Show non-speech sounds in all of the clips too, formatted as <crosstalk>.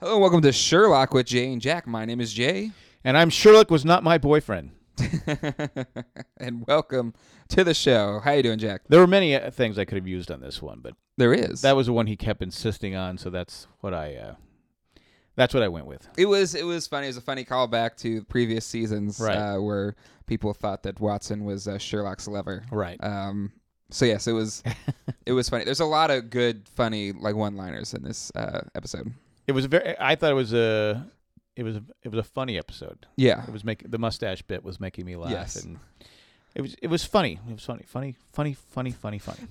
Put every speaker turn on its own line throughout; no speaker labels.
Hello, and welcome to Sherlock with Jay and Jack. My name is Jay, <laughs>
And I'm Sherlock was not my boyfriend.
and welcome to the show. How you doing, Jack?
There were many uh, things I could have used on this one, but
There is.
that was the one he kept insisting on, so that's what I uh, that's what I went with.
it was it was funny. It was a funny callback to previous seasons
Right.
uh, where people thought that Watson was uh, Sherlock's lover.
Right.
Um, so yes, it
<laughs>
was it was funny. There's a lot of good, funny like one-liners in this uh, episode.
It was a very I thought it was a it was a, it was a funny episode.
Yeah,
It was make the mustache bit was making me laugh
Yes.
and it was it was funny. It was funny. Funny, funny, funny, funny, funny.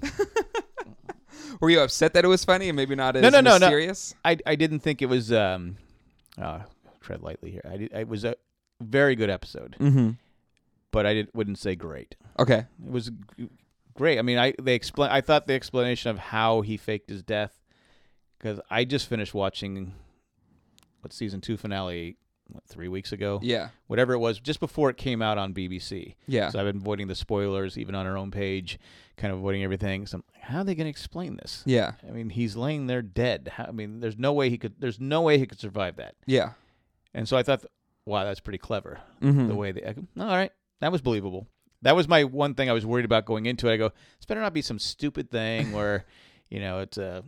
<laughs>
were you upset that it was funny and maybe not as
No, no, no, no.
mysterious?
I I didn't think it was um uh tread lightly here. I did, it was a very good episode,
Mm-hmm.
but I did, wouldn't say great.
Okay.
It was g- great. I mean, I they explain. I thought the explanation of how he faked his death, because I just finished watching what season two finale what, three weeks ago,
Yeah.
whatever it was, just before it came out on BBC.
Yeah.
So I've been avoiding the spoilers, even on our own page, kind of avoiding everything. So I'm like, how are they going to explain this?
yeah.
I mean, he's laying there dead. How, I mean, there's no way he could. There's no way he could survive that.
Yeah.
And so I thought, wow, that's pretty clever
Mm-hmm.
the way they. I go, all right, that was believable. That was my one thing I was worried about going into it. I go, this better not be some stupid
<laughs>
thing where, you know, it's Uh,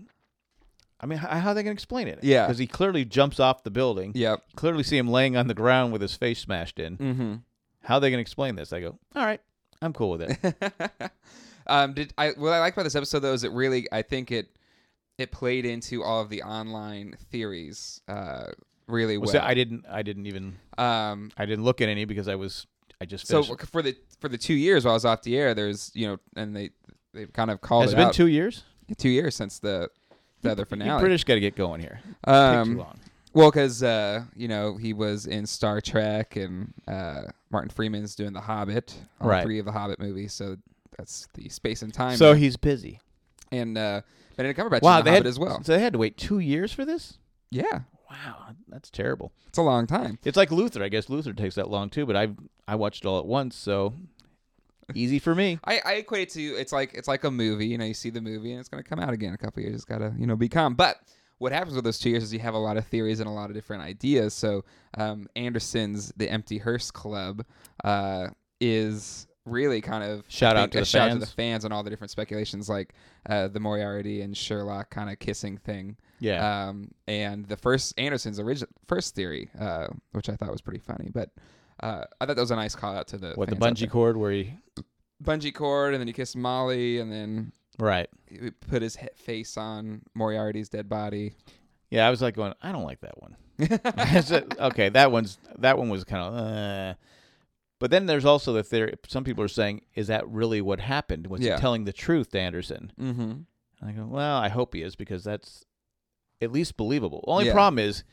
I mean, how, how are they going to explain it?
Yeah.
because he clearly jumps off the building.
Yep.
Clearly, see him laying on the ground with his face smashed in.
Mm-hmm.
How are they going to explain this? I go, all right, I'm cool with it.
<laughs> um, did I what I like about this episode though is it really I think it it played into all of the online theories uh, really well.
Well, so I didn't. I didn't even.
um,
I didn't look at any because I was. I just
so
finished.
for the for the two years while I was off the air, there's you know, and they they kind of called
has
it
it been
out
two years?
two years since the the other
You
finale.
British got to get going here. Take too
um,
long.
well, because uh, you know he was in Star Trek and uh, Martin Freeman's doing The Hobbit, all
Right.
three of the Hobbit movies, so. That's the space and time.
So he's busy.
and uh, Benedict Cumberbatch
Wow,
in The
they had
Hobbit as well.
So they had to wait two years for this.
Yeah,
Wow, that's terrible.
it's a long time.
It's like Luther. I guess Luther takes that long too, but I I watched it all at once, so easy for
<laughs>
me.
I, I equate it to it's like it's like a movie. You know, you see the movie and it's going to come out again in a couple years. It's got to you know be calm. But what happens with those two years is you have a lot of theories and a lot of different ideas. So um, Anderson's The Empty Hearse Club uh, is really kind of I
Shout out
think,
to
a
the
shout out to the
fans.
fans and all the different speculations like uh, the Moriarty and Sherlock kind of kissing thing.
Yeah,
Um, and the first Anderson's origin first theory, uh, which I thought was pretty funny, but uh, I thought that was a nice call out to the
what the
fans out
bungee cord where he
there. bungee cord, and then he kissed Molly, and then
right.
he put his he- face on Moriarty's dead body.
Yeah, I was like going, I don't like that one. <laughs> I
<laughs>
said, okay, that one's that one was kind of. Uh. But then there's also the theory. Some people are saying, is that really what happened? Was
Yeah.
he telling the truth to Anderson?
Mm-hmm.
And I go, well, I hope he is because that's at least believable. Only
Yeah.
problem is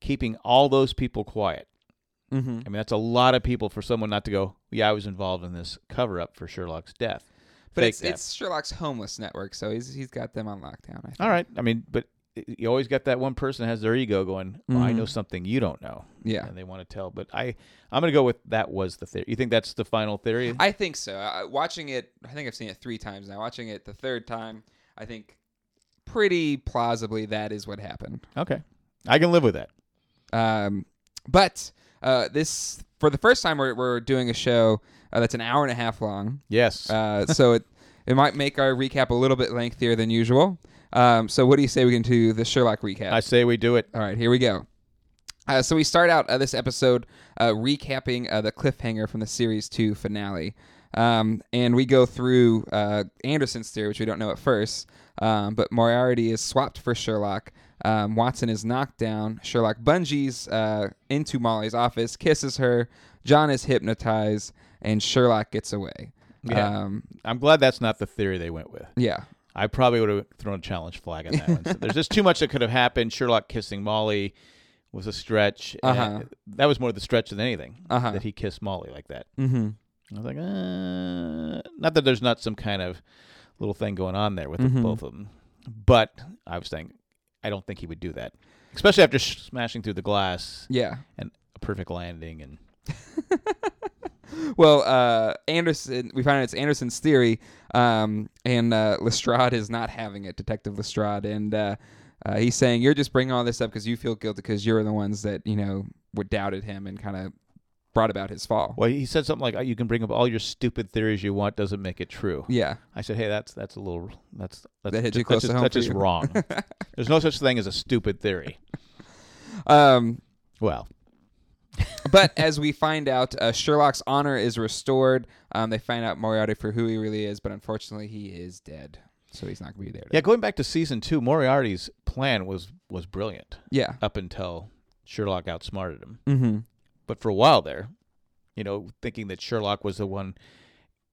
keeping all those people quiet.
Mm-hmm.
I mean, that's a lot of people for someone not to go, yeah, I was involved in this cover up for Sherlock's death.
But
Fake
it's,
death.
it's Sherlock's homeless network, so he's he's got them on lockdown. I think.
all right. I mean, but you always got that one person that has their ego going, well, I
Mhm.
know something you don't know,
Yeah.
and they want to tell. But I, I'm going to go with that was the theory. You think that's the final theory?
I think so. I, watching it, I think I've seen it three times now. Watching it the third time, I think pretty plausibly that is what happened.
okay, I can live with that.
Um, but uh, this for the first time we're, we're doing a show uh, that's an hour and a half long,
Yes.
<laughs> uh, so it it might make our recap a little bit lengthier than usual. Um, so what do you say we can do the Sherlock recap?
I say we do it.
All right, here we go. Uh, so we start out uh, this episode uh, recapping uh, the cliffhanger from the series two finale, um, and we go through uh, Anderson's theory, which we don't know at first. Um, but Moriarty is swapped for Sherlock. Um, Watson is knocked down. Sherlock bungees uh, into Molly's office, kisses her. John is hypnotized, and Sherlock gets away.
Yeah.
Um,
I'm glad that's not the theory they went with.
yeah.
I probably would have thrown a challenge flag on that one. So there's just too much that could have happened. Sherlock kissing Molly was a stretch. and
Uh-huh.
That was more the stretch than anything
Uh-huh.
that he kissed Molly like that.
Mm-hmm.
I was like, uh, not that there's not some kind of little thing going on there with the-
Mhm.
both of them, but I was saying, I don't think he would do that, especially after sh- smashing through the glass,
Yeah.
a perfect landing, and
Well, uh, Anderson, we find out it's Anderson's theory, um, and uh, Lestrade is not having it, Detective Lestrade, and uh, Uh, he's saying you're just bringing all this up because you feel guilty because you're the ones that you know were doubted him and kind of brought about his fall.
Well, he said something like, "Oh, "You can bring up all your stupid theories you want, doesn't make it true."
Yeah,
I said, "Hey, that's that's a little that's that's
That hit you
that's
close to
just-
home
that's
for
just
you.
wrong.
<laughs>
There's no such thing as a stupid theory."
um,
Well,
but <laughs> as we find out, uh, Sherlock's honor is restored. Um, they find out Moriarty for who he really is, but unfortunately, he is dead, so he's not going to be there.
yeah, going back to season two, Moriarty's plan was was brilliant
Yeah.
up until Sherlock outsmarted him.
Mm-hmm.
But for a while there, you know, thinking that Sherlock was the one,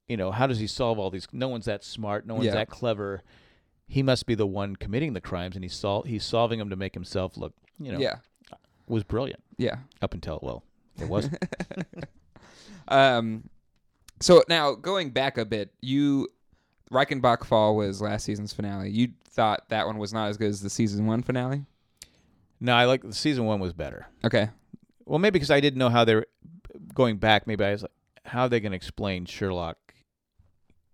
you know, how does he solve all these? No one's that smart. No one's
Yeah.
that clever. He must be the one committing the crimes, and he's sol- he's solving them to make himself look, you know,
Yeah.
was brilliant
Yeah.
up until well,
<laughs>
it wasn't.
Um, so now going back a bit, you Reichenbach Fall was last season's finale. You thought that one was not as good as the season one finale.
No, I like season one was better.
Okay.
Well, maybe because I didn't know how they're going back. Maybe I was like, how are they going to explain Sherlock,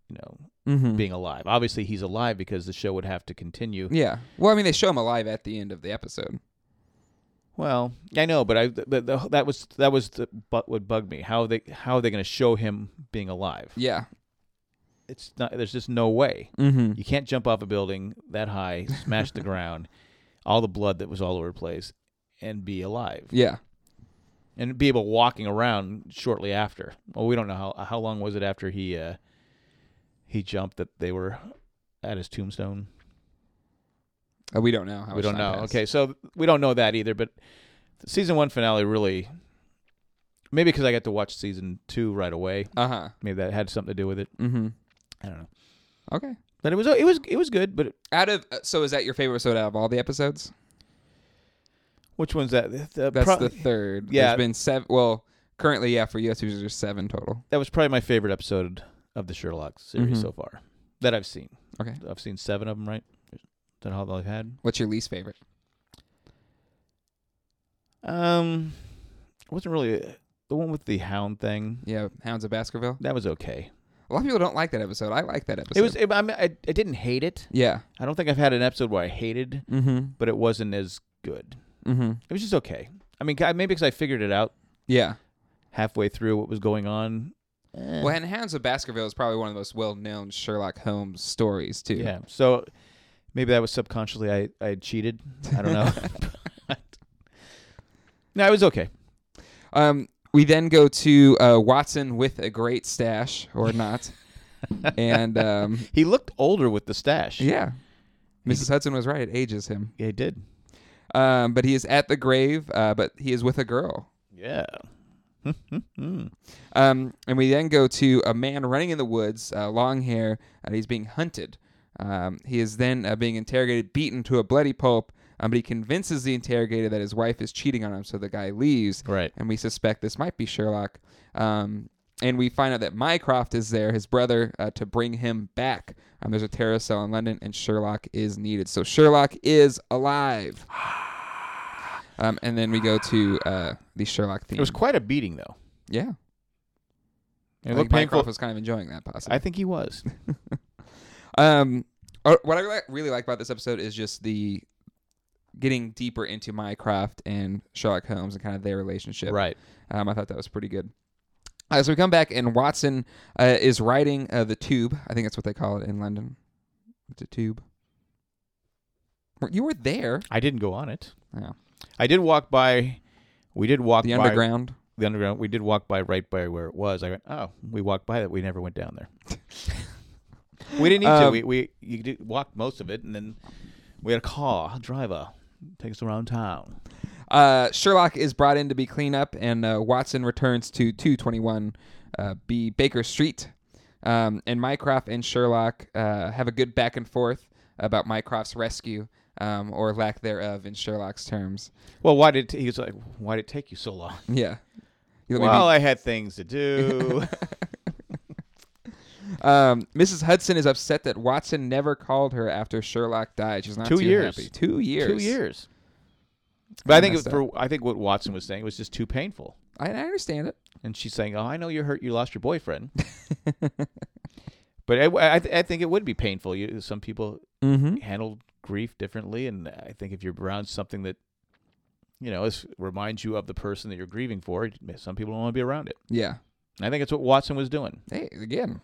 you know,
Mm-hmm.
being alive? Obviously, he's alive because the show would have to continue.
Yeah. Well, I mean, they show him alive at the end of the episode.
Well, I know, but I but the, that was that was the, but what bugged me. How they how are they going to show him being alive?
Yeah.
It's not. There's just no way.
Mm-hmm.
You can't jump off a building that high, smash the <laughs> ground, all the blood that was all over the place, and be alive.
Yeah.
and be able walking around shortly after. Well, we don't know how how long was it after he uh, he jumped that they were at his tombstone.
Uh, we don't know. How
we
much
don't know.
time passed.
Okay, so we don't know that either. But the season one finale really, maybe because I got to watch season two right away,
Uh huh.
maybe that had something to do with it.
Mm-hmm.
I don't know.
Okay.
But it was it was it was good. But it,
Out of uh, so is that your favorite episode out of all the episodes?
which one's that? The-
That's
Uh, pro-
the third.
yeah.
There's been seven. Well, currently, yeah, for US users, there's seven total.
that was probably my favorite episode of the Sherlock series
Mhm.
so far that I've seen.
Okay.
I've seen seven of them. Right? Is that how I've had?
What's your least favorite?
Um, it wasn't really uh, the one with the hound thing.
Yeah, Hounds of Baskerville.
That was okay.
A lot of people don't like that episode. I like that episode.
It was. It, I, mean, I I didn't hate it.
Yeah.
I don't think I've had an episode where I hated,
Mm-hmm.
but it wasn't as good.
Mm-hmm.
It was just okay. I mean, I- maybe because I figured it out
Yeah.
halfway through what was going on. Eh.
Well, and Hounds of Baskerville is probably one of the most well-known Sherlock Holmes stories too.
yeah. So maybe that was subconsciously I I had cheated. I don't <laughs> know. But- no, it was okay.
Um, we then go to uh, Watson with a great stash or not, and um,
He looked older with the stash.
yeah, Mrs. Hudson was right. It ages him.
Yeah, he did.
Um, but he is at the grave. Uh, but he is with a girl.
Yeah. <laughs>
Um, and we then go to a man running in the woods, uh, long hair, and he's being hunted. Um, he is then uh, being interrogated, beaten to a bloody pulp, um, but he convinces the interrogator that his wife is cheating on him, so the guy leaves.
right.
And we suspect this might be Sherlock. Um, and we find out that Mycroft is there, his brother, uh, to bring him back. Um, there's a terror cell in London, and Sherlock is needed. So Sherlock is
<sighs>
alive. Um, and then we go to uh, the Sherlock theme.
It was quite a beating though.
yeah.
It
I
looked
think
painful.
Mycroft was kind of enjoying that, possibly.
I think he was.
um, uh, what I li- really like about this episode is just the getting deeper into Mycroft and Sherlock Holmes and kind of their relationship.
Right.
Um, I thought that was pretty good. Uh, so we come back and Watson uh, is riding uh, the tube. I think that's what they call it in London. The tube. Well, You were there.
I didn't go on it.
Yeah.
I did walk by. We did walk
The
by
underground.
the underground. We did walk by right by where it was. I went, oh, we walked by that. We never went down there.
<laughs>
we didn't need to.
Um,
We we you did, walked most of it, and then we had a car a driver take us around town.
Uh, Sherlock is brought in to be clean up, and uh, Watson returns to 221 uh, B Baker Street. Um, and Mycroft and Sherlock uh, have a good back and forth about Mycroft's rescue um, or lack theref in Sherlock's terms. <laughs>
Well, why did he was like? Why did it take you so long?
Yeah. You let me
Well, I had things to do.
Um, Mrs. Hudson is upset that Watson never called her after Sherlock died. She's not
Two
too
years.
happy. Two <laughs> years.
Two years. But I think it
messed
was for I think what Watson was saying was just too painful.
I, I understand it.
and she's saying, "Oh, I know you're hurt. You lost your
<laughs>
boyfriend." but I, I, I think it would be painful. You, some people
Mm-hmm.
handle grief differently, and I think if you're around something that you know is, reminds you of the person that you're grieving for, eh, some people don't want to be around it.
Yeah.
And I think that's what Watson was doing.
Hey, again,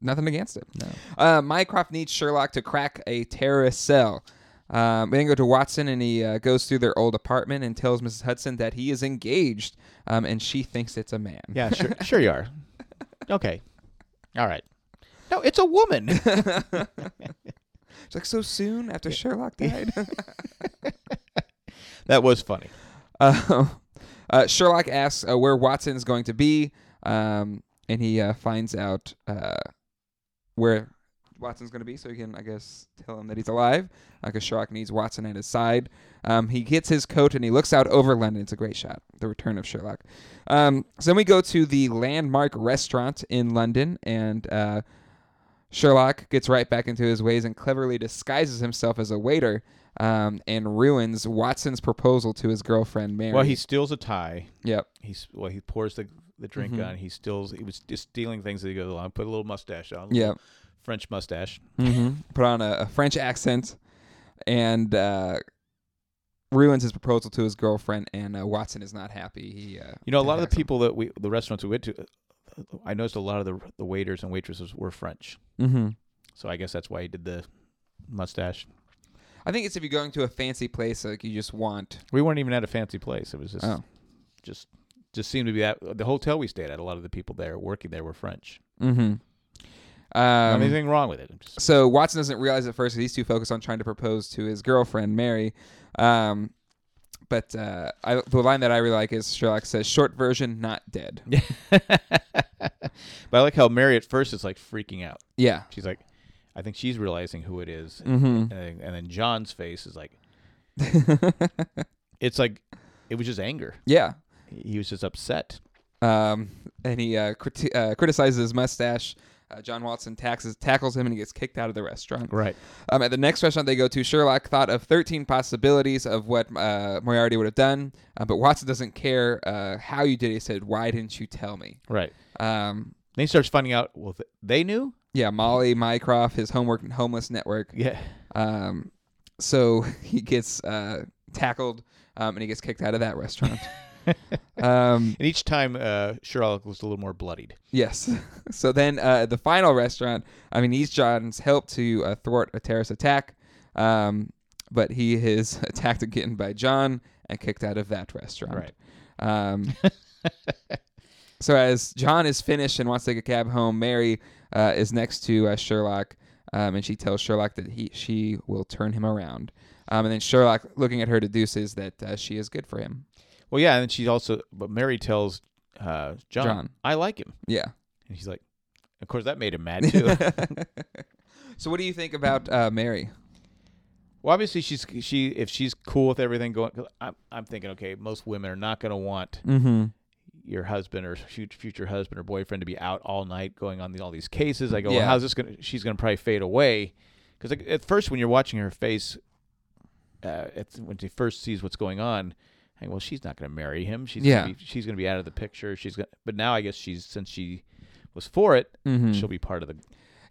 nothing against it.
No.
Uh, Mycroft needs Sherlock to crack a terrorist cell. Um, we then go to Watson, and he uh, goes through their old apartment and tells Mrs. Hudson that he is engaged, um, and she thinks it's a man.
Yeah, <laughs> sure, sure you are. Okay, all right. No, it's a <laughs> woman.
It's like so soon after Sherlock died.
that was funny.
<laughs> uh, uh, Sherlock asks uh, where Watson's going to be, um, and he uh, finds out uh, where Watson's going to be, so he can, I guess, tell him that he's alive, because Sherlock needs Watson at his side. Um, he gets his coat and he looks out over London. It's a great shot. The return of Sherlock. Um, so then we go to the landmark restaurant in London, and uh, Sherlock gets right back into his ways and cleverly disguises himself as a waiter um, and ruins Watson's proposal to his girlfriend Mary.
Well, he steals a tie.
yep,
He's well, he pours the the drink
Mhm.
on. He steals. He was just stealing things that he goes along. Put a little mustache on.
yep.
French mustache.
hmm Put on a, a French accent and uh, ruins his proposal to his girlfriend. And uh, Watson is not happy. He, uh,
You know, a lot of
attacks
the
him.
people that we, the restaurants we went to, uh, I noticed a lot of the the waiters and waitresses were French.
Mhm.
So I guess that's why he did the mustache.
I think it's if you're going to a fancy place, like you just want.
We weren't even at a fancy place. It was just,
Oh.
just, just seemed to be that the hotel we stayed at. A lot of the people there working there were French.
Mm-hmm. Um,
Not anything wrong with it. I'm just-
so Watson doesn't realize at first that he's too focused on trying to propose to his girlfriend Mary. Um, but uh, I, the line that I really like is Sherlock says, "Short version, not dead."
but I like how Mary at first is like freaking out.
Yeah.
She's like, I think she's realizing who it is.
Mm-hmm.
And, then- and then John's face is <laughs> like, it's like, it was just anger.
Yeah.
He was just upset.
Um, and he uh, criti- uh, criticizes his mustache. Uh, John Watson taxes, tackles him and he gets kicked out of the restaurant.
Right.
Um, at the next restaurant they go to, Sherlock thought of 13 possibilities of what uh, Moriarty would have done, uh, but Watson doesn't care uh, how you did it. He said, Why didn't you tell me?
Right.
Um,
Then he starts finding out, well, th- they knew?
yeah, Molly, Mycroft, his homework and homeless network.
Yeah.
Um, so <laughs> he gets uh, tackled um, and he gets kicked out of that restaurant. um,
And each time, uh, Sherlock was a little more bloodied.
Yes. <laughs> So then uh, the final restaurant, I mean, he's John's help to uh, thwart a terrorist attack, um, but he is <laughs> attacked again by John and kicked out of that restaurant. Um, so as John is finished and wants to take a cab home, Mary uh, is next to uh, Sherlock, um, and she tells Sherlock that he she will turn him around. Um, and then Sherlock, looking at her, deduces that uh, she is good for him.
Well, yeah. And she also, but Mary tells uh, John,
John.
I like him.
Yeah. <laughs>
And he's like, of course, that made him mad too.
so what do you think about uh, Mary?
well, obviously, she's she if she's cool with everything going. 'cause I'm I'm thinking, okay, most women are not going to want
Mm-hmm.
your husband or fu- future husband or boyfriend to be out all night going on the, all these cases. I go,
Yeah.
well, how's this going? to She's going to probably fade away because like, at first, when you're watching her face, uh, it's, when she first sees what's going on, I go, well, she's not going to marry him. She's
Yeah.
gonna be, she's going to be out of the picture. She's going, but now I guess she's since she was for it,
Mm-hmm.
she'll be part of the.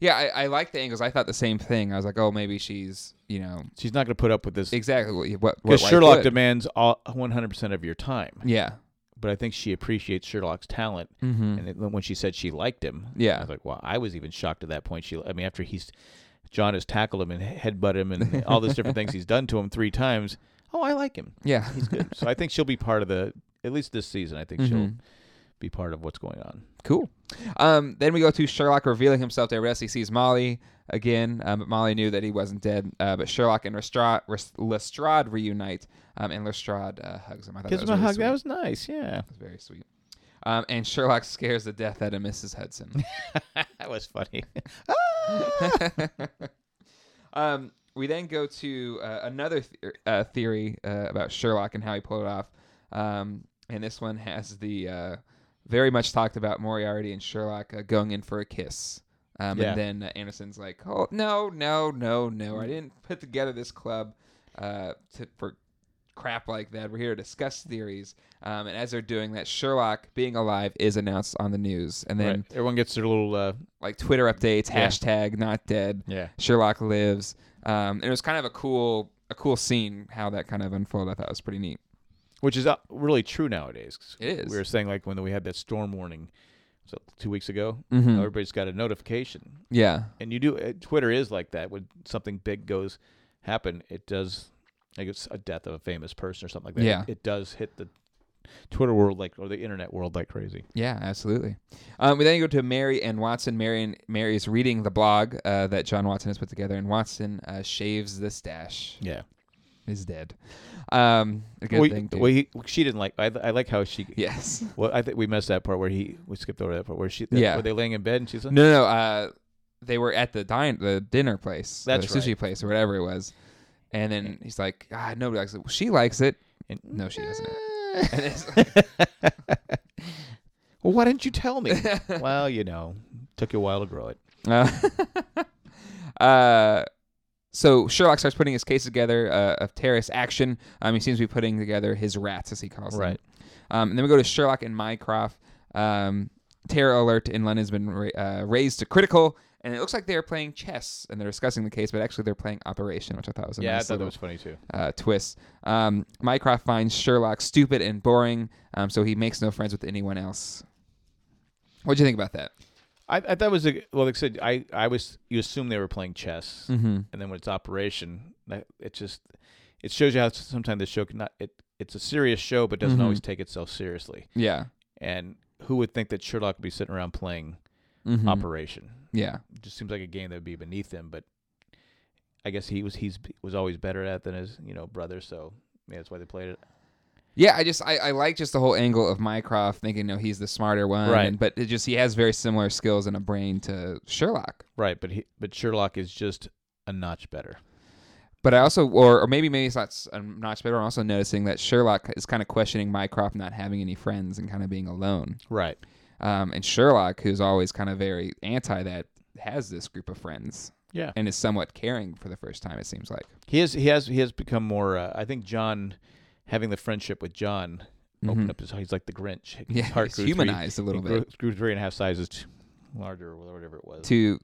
Yeah, I, I like the angles. I thought the same thing. I was like, oh, maybe she's, you know,
She's not going to put up with this
exactly what what, what
because
wife
Sherlock
would.
demands all 100 percent of your time.
yeah.
But I think she appreciates Sherlock's talent.
Mm-hmm.
And then when she said she liked him, I
Yeah.
was like, wow, I was even shocked at that point. She, I mean, after he's John has tackled him and headbutt
<laughs>
him and all those different things he's done to him three times. Oh, I like him.
Yeah. <laughs>
He's good. so I think she'll be part of the at least this season. I think she'll
Mhm.
be part of what's going on.
Cool. Um, then we go to Sherlock revealing himself to everybody. He sees Molly again, um, but Molly knew that he wasn't dead. Uh, but Sherlock and Lestrade, Lestrade reunite, um, and Lestrade uh, hugs him. I thought
Gives
that was
him a
really
hug.
sweet.
That was nice. Yeah, <laughs>
That was very sweet. Um, and Sherlock scares the death out of Mrs. Hudson.
that was funny.
<laughs> um, we then go to uh, another th- uh, theory uh, about Sherlock and how he pulled it off. Um, and this one has the uh, very much talked about Moriarty and Sherlock uh, going in for a kiss. Um,
Yeah.
And then uh, Anderson's like, oh, no, no, no, no. I didn't put together this club uh, to, for crap like that. We're here to discuss theories. Um, and as they're doing that, Sherlock being alive is announced on the news. And then,
Right. Everyone gets their little. Uh,
like, Twitter updates,
Yeah.
hashtag not dead.
yeah.
Sherlock lives. Um, and it was kind of a cool a cool scene how that kind of unfolded. I thought it was pretty neat.
which is uh, really true nowadays. 'cause
It is.
We were saying like when we had that storm warning, so two weeks ago,
Mhm.
everybody's got a notification,
Yeah.
and you do. uh, Twitter is like that when something big goes happen, it does like it's a death of a famous person or something like that.
Yeah.
it, it does hit the Twitter world like or the internet world like crazy.
Yeah, absolutely. Um, we then go to Mary and Watson. Mary and Mary is reading the blog uh, that John Watson has put together, and Watson uh, shaves the stash.
Yeah,
Is dead. Um, a good
we,
thing. Too.
we- she didn't like. I, I like how she.
<laughs> yes.
Well, I think we missed that part where he we skipped over that part where she.
Yeah.
were they laying in bed and she's like,
No, no. no uh, they were at the dine, the dinner place,
That's
the sushi
right.
place or whatever it was, and then he's like, "Ah, nobody likes it. Well, she likes it."
and-
No, she doesn't. And
well,
it's
<laughs>
<laughs>
why didn't you tell me? well, you know, took you a while to grow it.
Uh, <laughs> uh, so Sherlock starts putting his case together uh, of terrorist action. Um, he seems to be putting together his rats, as he calls them.
Right.
Um, and then we go to Sherlock and Mycroft. Um, terror alert in London has been ra- uh, raised to critical, and it looks like they're playing chess and they're discussing the case, but actually they're playing Operation, which I thought was a
yeah, I
nice
thought
little
that was funny too.
uh, twist. Um, Mycroft finds Sherlock stupid and boring, um, so he makes no friends with anyone else. What do you think about that?
I, I thought it was a well. Like I said, I, I was you assume they were playing chess,
Mm-hmm.
and then when it's operation, that, it just it shows you how sometimes the show can not it it's a serious show, but doesn't
Mhm.
always take itself seriously.
Yeah.
And who would think that Sherlock would be sitting around
Mhm.
playing Hmm. Mm-hmm. Operation?
Yeah.
It just seems like a game that would be beneath him, but I guess he was he's was always better at it than his you know brother, so yeah, that's why they played it.
Yeah, I just I, I like just the whole angle of Mycroft thinking no he's the smarter one,
Right.
and- but it just he has very similar skills and a brain to Sherlock.
Right, but he, but Sherlock is just a notch better.
But I also, or, or maybe maybe it's not s- a notch better. I'm also noticing that Sherlock is kind of questioning Mycroft not having any friends and kind of being alone,
Right.
um, and Sherlock, who's always kind of very anti that, has this group of friends
Yeah.
and is somewhat caring for the first time. It seems like
He has he has he has become more. Uh, I think John, having the friendship with John, opened
Mhm.
up his. He's like the Grinch. His
yeah,
heart
he's
grew
humanized a
three,
little
he
bit
Grew, grew three and a half sizes t- larger or whatever it was.
to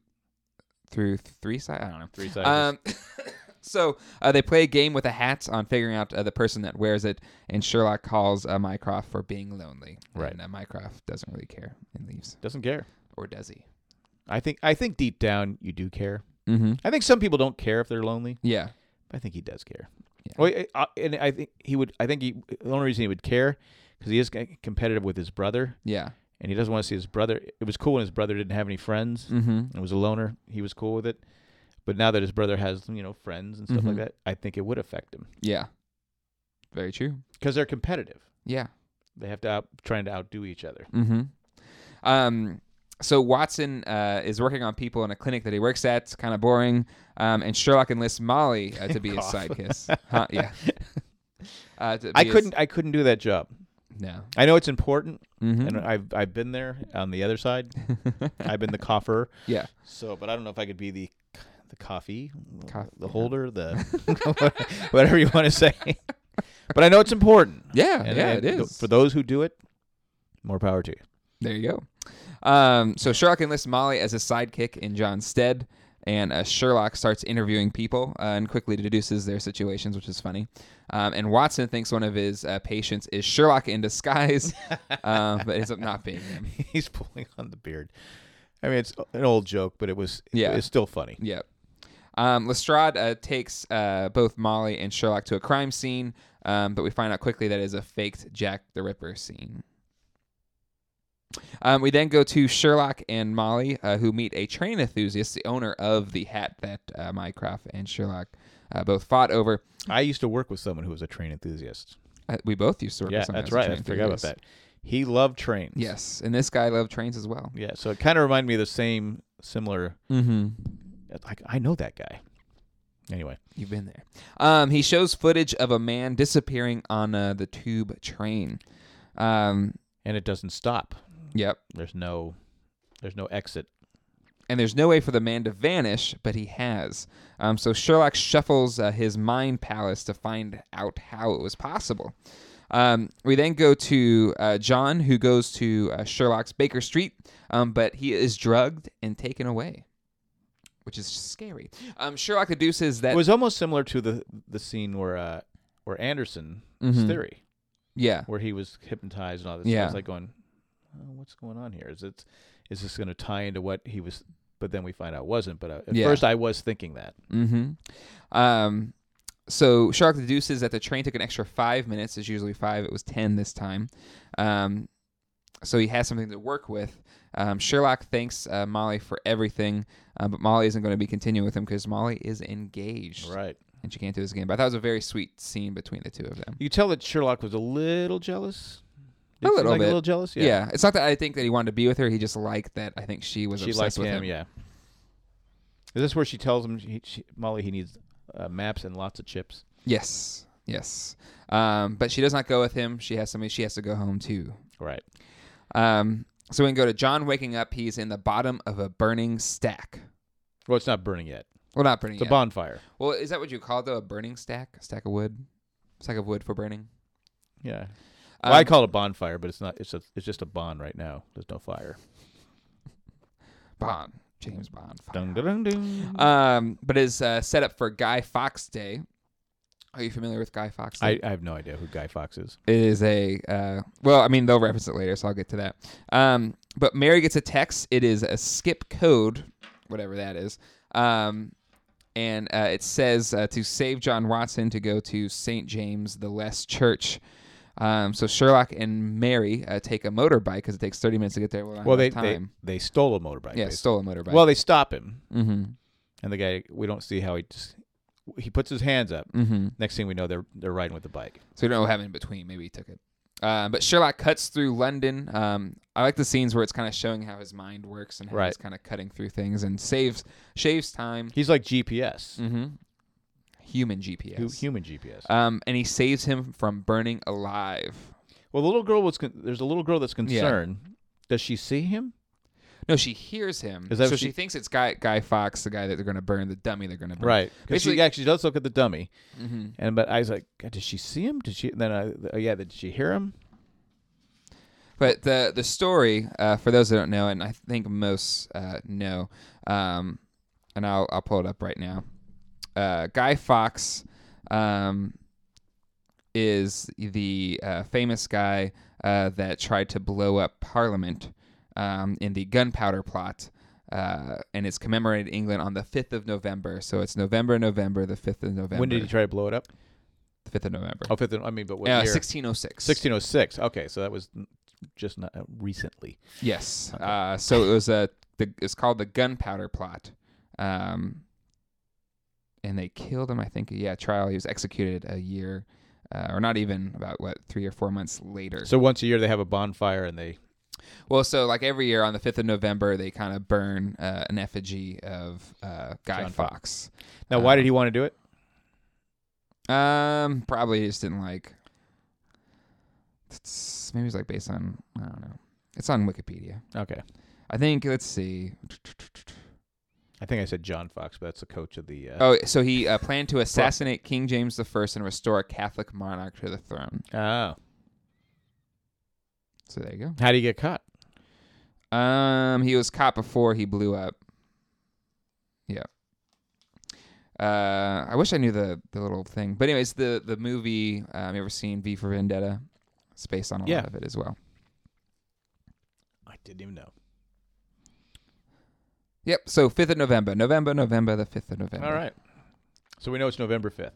through three side. I don't know.
Three sizes.
Um, <laughs> so uh, they play a game with a hat on figuring out uh, the person that wears it, and Sherlock calls uh, Mycroft for being lonely.
Right.
And uh, Mycroft doesn't really care and leaves,
Doesn't care.
or does he?
I think I think deep down you do care.
Mm-hmm.
I think some people don't care if they're lonely.
Yeah.
But I think he does care.
Yeah.
Well, I- I, and I think he would. I think he, the only reason he would care because he is c- competitive with his brother,
Yeah.
and he doesn't want to see his brother. It was cool when his brother didn't have any friends.
Mm-hmm.
and was a loner. He was cool with it. But now that his brother has, you know, friends and stuff
Mhm.
like that, I think it would affect him
Yeah. Very true.
because they're competitive.
Yeah.
They have to out, trying to outdo each other.
Mm-hmm. Um, so Watson uh, is working on people in a clinic that he works at. It's kind of boring. Um, and Sherlock enlists Molly uh, to be his
<laughs> Cough.
sidekiss. Huh,
<laughs>
yeah. Uh, to
I
be his-
couldn't. I couldn't do that job.
No.
I know it's important,
Mm-hmm.
and I've I've been there on the other side.
<laughs>
I've been the cofferer.
Yeah.
So, but I don't know if I could be the the coffee,
Coff-
the
yeah. <laughs>
holder, the <laughs> whatever you want to say. But I know it's important.
Yeah,
And-
Uh, yeah,
and
it is.
for those who do it. More power to you.
there you go. Um, so Sherlock enlists Molly as his sidekick in John's stead, and uh, Sherlock starts interviewing people uh, and quickly deduces their situations, which is funny. Um, and Watson thinks one of his uh, patients is Sherlock in <laughs> disguise, um, but ends up not being
<laughs>
him.
he's pulling on the beard. I mean, it's an old joke, but it was
Yeah.
it's still funny.
Yep. Um, Lestrade uh, takes uh, both Molly and Sherlock to a crime scene, um, but we find out quickly that it is a faked Jack the Ripper scene. Um, we then go to Sherlock and Molly, uh, who meet a train enthusiast, the owner of the hat that uh, Mycroft and Sherlock uh, both fought over.
I used to work with someone who was a train enthusiast.
Uh, we both used to work
yeah,
with someone
that's
who was
right.
a
I
train
forgot about
enthusiast.
that. He loved trains.
Yes, and this guy loved trains as well.
Yeah. So it kind of reminded me of the same similar.
Mm-hmm.
Like I know that guy. Anyway,
You've been there. Um, he shows footage of a man disappearing on uh, the tube train. Um,
and it doesn't stop.
yep.
There's no, there's no exit.
And there's no way for the man to vanish, but he has. Um, so Sherlock shuffles uh, his mind palace to find out how it was possible. Um, we then go to uh, John, who goes to uh, Sherlock's Baker Street, um, but he is drugged and taken away. which is scary. Um, Sherlock deduces that
It was almost similar to the the scene where uh, where Anderson's
Mhm.
theory,
yeah,
where he was hypnotized and all this. I
Yeah.
was like going, oh, what's going on here? Is it is this going to tie into what he was? But then we find out it wasn't. But uh, at
Yeah.
first, I was thinking that.
Mm-hmm. Um, so Shark deduces that the train took an extra five minutes. It's usually five. It was ten this time. Um, so he has something to work with. Um, Sherlock thanks uh, Molly for everything, uh, but Molly isn't going to be continuing with him because Molly is engaged
Right.
and she can't do this again. But that was a very sweet scene between the two of them.
You could tell that Sherlock was a little jealous.
A
Did you
little
like
bit.
A little jealous.
Yeah. it's not that I think that he wanted to be with her. He just liked that. I think she was
she likes
obsessed
him,
with
Yeah. Is this where she tells him she, she, Molly he needs uh, maps and lots of chips?
Yes, yes. Um, but she does not go with him. She has somebody. She has to go home too.
Right.
Um, so we can go to John waking up. He's in the bottom of a burning stack.
Well, it's not burning yet.
Well, not burning.
It's a
yet.
bonfire.
well, is that what you call it, though? A burning stack? A stack of wood? stack of wood for burning? Um,
Yeah. Well, I call it a bonfire, but it's not. It's a. It's just a bond right now. There's no fire.
Bond. James Bond. Fuck.
Dun, dun, dun, dun.
Um, but is uh, set up for Guy Fox Day. Are you familiar with Guy Fox Day?
I, I have no idea who Guy Fox is.
It is a uh, well. I mean, they'll reference it later, so I'll get to that. Um, but Mary gets a text. It is a skip code, whatever that is, um, and uh, it says uh, to save John Watson to go to St. James the Less Church. Um, so Sherlock and Mary uh, take a motorbike because it takes thirty minutes to get there.
Well, they,
they,
they
time.
they stole a motorbike.
yeah
basically.
stole a motorbike.
Well, they stop him,
mm-hmm,
and the guy. We don't see how he just. He puts his hands up.
mm-hmm.
Next thing we know, they're they're riding with the bike.
So we don't know what happened in between. Maybe he took it. Uh, but Sherlock cuts through London. Um, I like the scenes where it's kind of showing how his mind works and how
Right.
he's kind of cutting through things and saves shaves time.
He's like GPS,
Mm-hmm. Human
hu-
GPS.
human GPS.
um, and he saves him from burning alive.
Well, the little girl was. Con- there's a little girl that's concerned. Does she see him?
No, she hears him,
Is that
so
what
she,
she-
thinks it's Guy Guy Fox, the guy that they're going to burn, the dummy they're going to burn.
Right. Because
Mm. Basically-
she actually does look at the dummy,
Mm-hmm.
and but I was like, God, did she see him? Did she? Then I, oh, yeah, did she hear him?
But the the story, uh, for those that don't know, and I think most uh, know, um, and I'll I'll pull it up right now. Uh, Guy Fox um, is the uh, famous guy uh, that tried to blow up Parliament um, in the gunpowder plot. Uh, and it's commemorated in England on the 5th of November. So it's November, November, the 5th of November.
When did he try to blow it up?
The 5th of November.
Oh, fifth. and- I mean, but what
Uh,
year?
1606.
1606. Okay, so that was n- just not uh, recently.
Yes.
Okay.
Uh, so it was a. The, it's called the Gunpowder Plot, um, and they killed him. I think. Yeah, trial. He was executed a year, uh, or not even about what three or four months later.
So once a year they have a bonfire and they
well, so like every year on the fifth of November, they kind of burn uh, an effigy of uh, Guy
John
Fox.
Fox. Now why
Uh,
did he want to do it?
Um, probably just didn't like. It's, maybe it's like based on I don't know. It's on Wikipedia.
Okay.
I think. Let's see.
I think I said John Fox, but that's the coach of the uh,
Oh, so he uh, planned to assassinate King James I and restore a Catholic monarch to the throne.
Oh.
So there you
How do you get caught?
go. Um, he was caught before he blew up. Yeah. Uh, I wish I knew the, the little thing, but anyways, the the movie um, you ever seen V for Vendetta? It's based on a
Yeah.
lot of it as well.
I didn't even know.
Yep. So fifth of November, November, November, the fifth of November.
All right. So we know it's November 5th.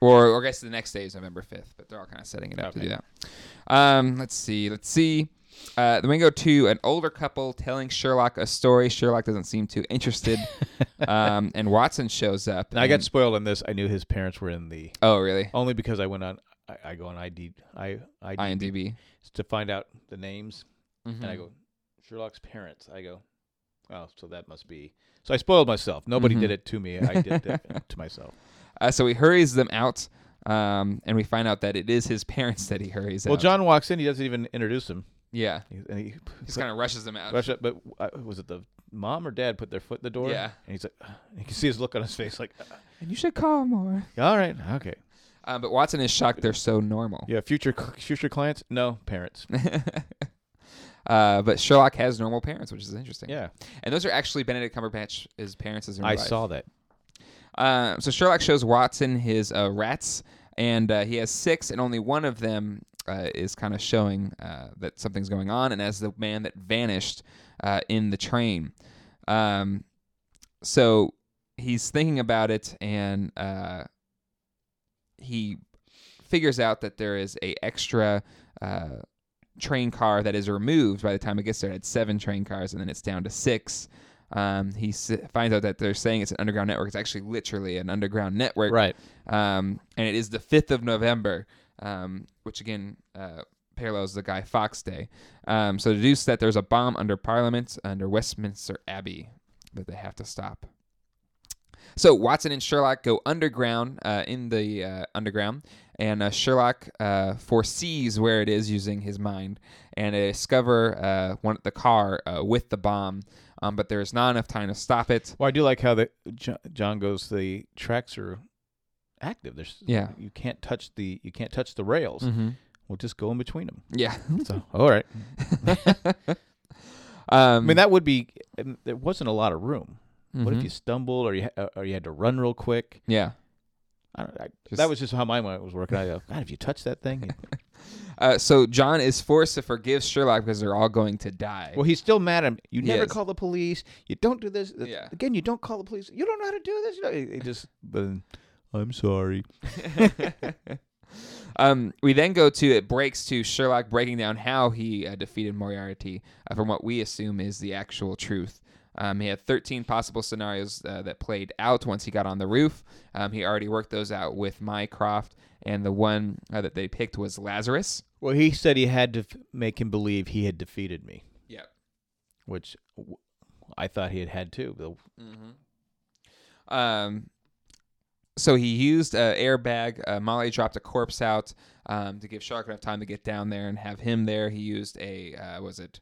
Or, or I guess the next day is November 5th, but they're all kind of setting it up to
Okay.
do that. Um, let's see. Let's see. Uh, then we go to an older couple telling Sherlock a story. Sherlock doesn't seem too
<laughs>
interested. um, and Watson shows up.
Now, I got
and-
spoiled on this. I knew his parents were in the
Oh, really?
only because I went on I, I go on ID I ID
IMDb.
to find out the names
Mhm.
and I go Sherlock's parents. I go, oh, so that must be. So I spoiled myself. Nobody
Mhm.
did it to me. I did it <laughs> to myself.
Uh, so he hurries them out, um, and we find out that it is his parents that he hurries
Well,
out.
John walks in. He doesn't even introduce him. <laughs>
Yeah.
He- And he,
He kind of rushes them out.
rush up, but uh, was it the mom or dad put their foot in the door?
Yeah.
And he's like, <sighs> and you can see his look on his face, like,
And you should call more.
all right, okay.
Uh, but Watson is shocked they're so normal.
<laughs> Yeah, future cl- future clients, no parents.
Uh, but Sherlock has normal parents, which is interesting.
Yeah,
And those are actually Benedict Cumberbatch's parents as in
I
real life.
saw that.
Uh, so Sherlock shows Watson his uh, rats, and uh, he has six, and only one of them uh, is kind of showing uh, that something's going on, and as the man that vanished uh, in the train. Um, so he's thinking about it, and uh, he figures out that there is a extra. Uh, train car that is removed by the time it gets there. It had seven train cars, and then it's down to six. Um, he s- finds out that they're saying it's an underground network. It's actually literally an underground network.
Right.
Um, and it is the 5th of November, um, which again uh, parallels the Guy Fox Day. Um, so deduce that there's a bomb under Parliament, under Westminster Abbey, that they have to stop. So Watson and Sherlock go underground uh, in the uh, underground, and uh, Sherlock uh, foresees where it is using his mind, and they discover uh, one the car uh, with the bomb, um, but there is not enough time to stop it.
Well, I do like how the Jo- John goes. The tracks are active. There's
Yeah.
You can't touch the you can't touch the rails. We'll just go in between them. <laughs>
Yeah.
So all right. I
Um,
mean that would be. um, There wasn't a lot of room. What if
mhm.
you stumbled or you ha- or you had to run real quick?
Yeah.
I don't, I,
Just-
that was just how my mind was working. I go, God, if you touch that thing.
Uh, so John is forced to forgive Sherlock because they're all going to die.
well, he's still mad at him. You never
Yes.
call the police. You don't do this.
Yeah.
Again, you don't call the police. You don't know how to do this. You know, he- he just. <laughs> Then, I'm sorry.
um, we then go to it breaks to Sherlock breaking down how he uh, defeated Moriarty uh, from what we assume is the actual truth. Um, he had 13 possible scenarios uh, that played out once he got on the roof. Um, he already worked those out with Mycroft, and the one uh, that they picked was Lazarus.
Well, he said he had to f- make him believe he had defeated me.
Yep.
which w- I thought he had had too. But
Mm-hmm. Um, so he used uh, airbag. Uh, Molly dropped a corpse out um, to give Shark enough time to get down there and have him there. He used a uh, was it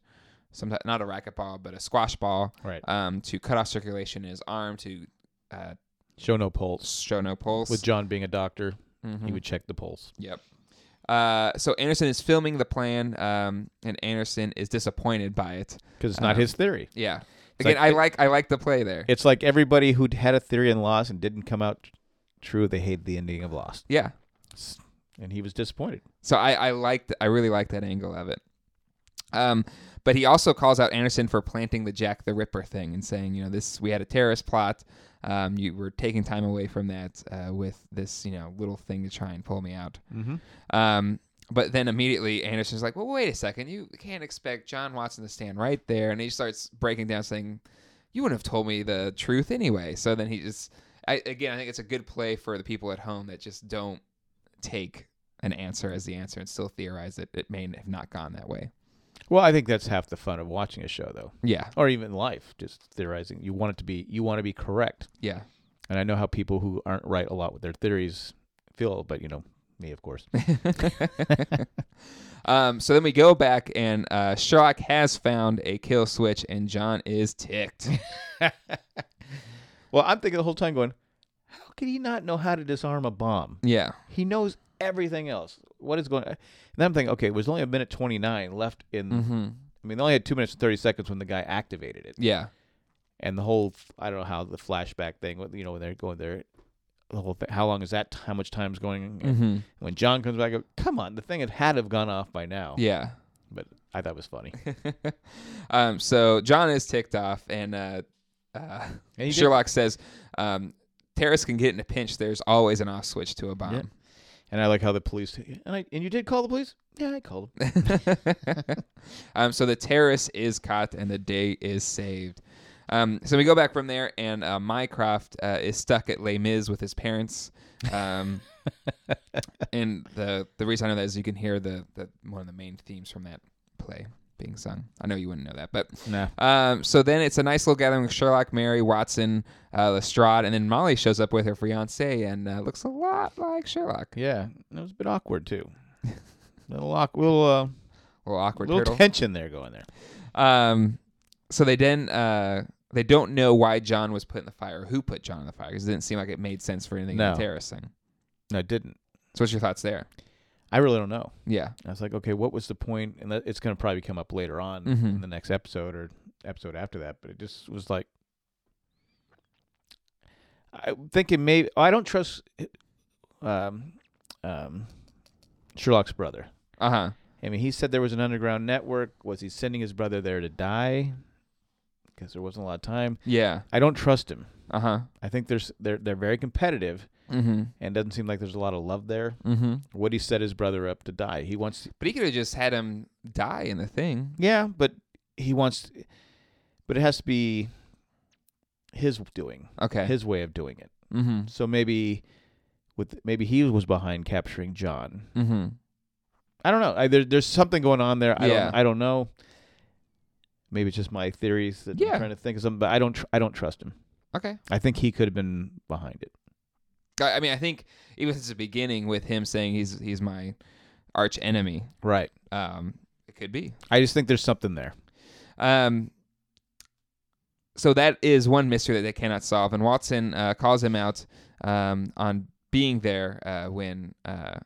some not a racquetball but a squash ball
right,
um, to cut off circulation in his arm to uh,
show no pulse.
show no pulse.
With John being a doctor,
Mhm.
he would check the pulse.
Yep. Uh, so Anderson is filming the plan, um, and Anderson is disappointed by it.
because it's not
Um,
his theory.
Yeah.
It's
Again,
like-
I like I like the play there.
It's like everybody who had a theory and lost and didn't come out tr- true. They hate the ending of Lost,
yeah.
S- and he was disappointed.
So I I liked I really like that angle of it. Um, but he also calls out Anderson for planting the Jack the Ripper thing and saying, you know, this we had a terrorist plot. Um, you were taking time away from that uh, with this, you know, little thing to try and pull me out.
Mm-hmm.
Um, but then immediately Anderson's like, well, wait a second, you can't expect John Watson to stand right there, and he starts breaking down, saying, you wouldn't have told me the truth anyway. So then he just, I, again, I think it's a good play for the people at home that just don't take an answer as the answer and still theorize that it may have not gone that way.
Well, I think that's half the fun of watching a show, though,
Yeah,
or even life. Just theorizing. You want it to be. You want to be correct,
yeah.
and I know how people who aren't right a lot with their theories feel. But you know, me, of course.
um, so then we go back, and uh, Sherlock has found a kill switch, and John is ticked. <laughs>
Well, I'm thinking the whole time, going, how could he not know how to disarm a bomb?
yeah,
He knows everything else. What is going on? And then I'm thinking, okay, it was only a minute 29 left in.
hmm
I mean, they only had two minutes and 30 seconds when the guy activated it.
yeah,
And the whole, I don't know how the flashback thing, what- you know, when they're going there, the whole thing, how long is that? How much time's going? And
hmm
When John comes back, I go, come on, the thing had had to have gone off by now.
yeah.
But I thought it was funny.
um, so John is ticked off, and uh, uh,
<laughs> And he did-
Sherlock says, um, "Terrorists can get in a pinch. There's always an off switch to a bomb."
And I like how the police, and, I, and you did call the police? Yeah, I called
<laughs>
them.
um, so the terrorist is caught, and the day is saved. Um, so we go back from there, and uh, Mycroft uh, is stuck at Les Mis with his parents.
<laughs>
Um, and the the reason I know that is you can hear the, the one of the main themes from that play being sung. I know you wouldn't know that, but
nah.
Um, so then it's a nice little gathering with Sherlock, Mary, Watson, uh, Lestrade, and then Molly shows up with her fiance and uh, looks a lot like Sherlock.
Yeah. And it was a bit
<laughs>
awkward, too. little awk- little, uh,
A little awkward
little
turtle.
<laughs> tension there going there.
um, so they then uh, they don't know why John was put in the fire or who put John in the fire because it didn't seem like it made sense for anything
No.
in the terrorist thing.
No, it didn't.
So what's your thoughts there?
I really don't know.
Yeah.
I was like, okay, what was the point? And that, it's going to probably come up later on in
Mhm.
the next episode or episode after that. But it just was like, I'm thinking maybe I don't trust um, um, Sherlock's brother.
Uh huh.
I mean, he said there was an underground network. Was he sending his brother there to die? Because there wasn't a lot of time.
Yeah.
I don't trust him.
Uh huh.
I think there's they're they're very competitive,
Mm-hmm.
and doesn't seem like there's a lot of love there.
Mm-hmm.
What he set his brother up to die. He wants
But he could have just had him die in the thing.
Yeah, but he wants, but it has to be his doing,
Okay.
his way of doing it.
mm-hmm.
So maybe with maybe he was behind capturing John.
Mm-hmm.
I don't know. I, there, there's something going on there. I
Yeah.
don't. I don't know. Maybe it's just my theories that
Yeah.
I'm trying to think of something, but I don't. Tr- I don't trust him.
Okay.
I think he could have been behind it.
I I mean, I think even since the beginning with him saying he's he's my arch enemy,
Right.
um, it could be.
I just think there's something there.
Um, so that is one mystery that they cannot solve, and Watson uh, calls him out um, on being there uh, when uh,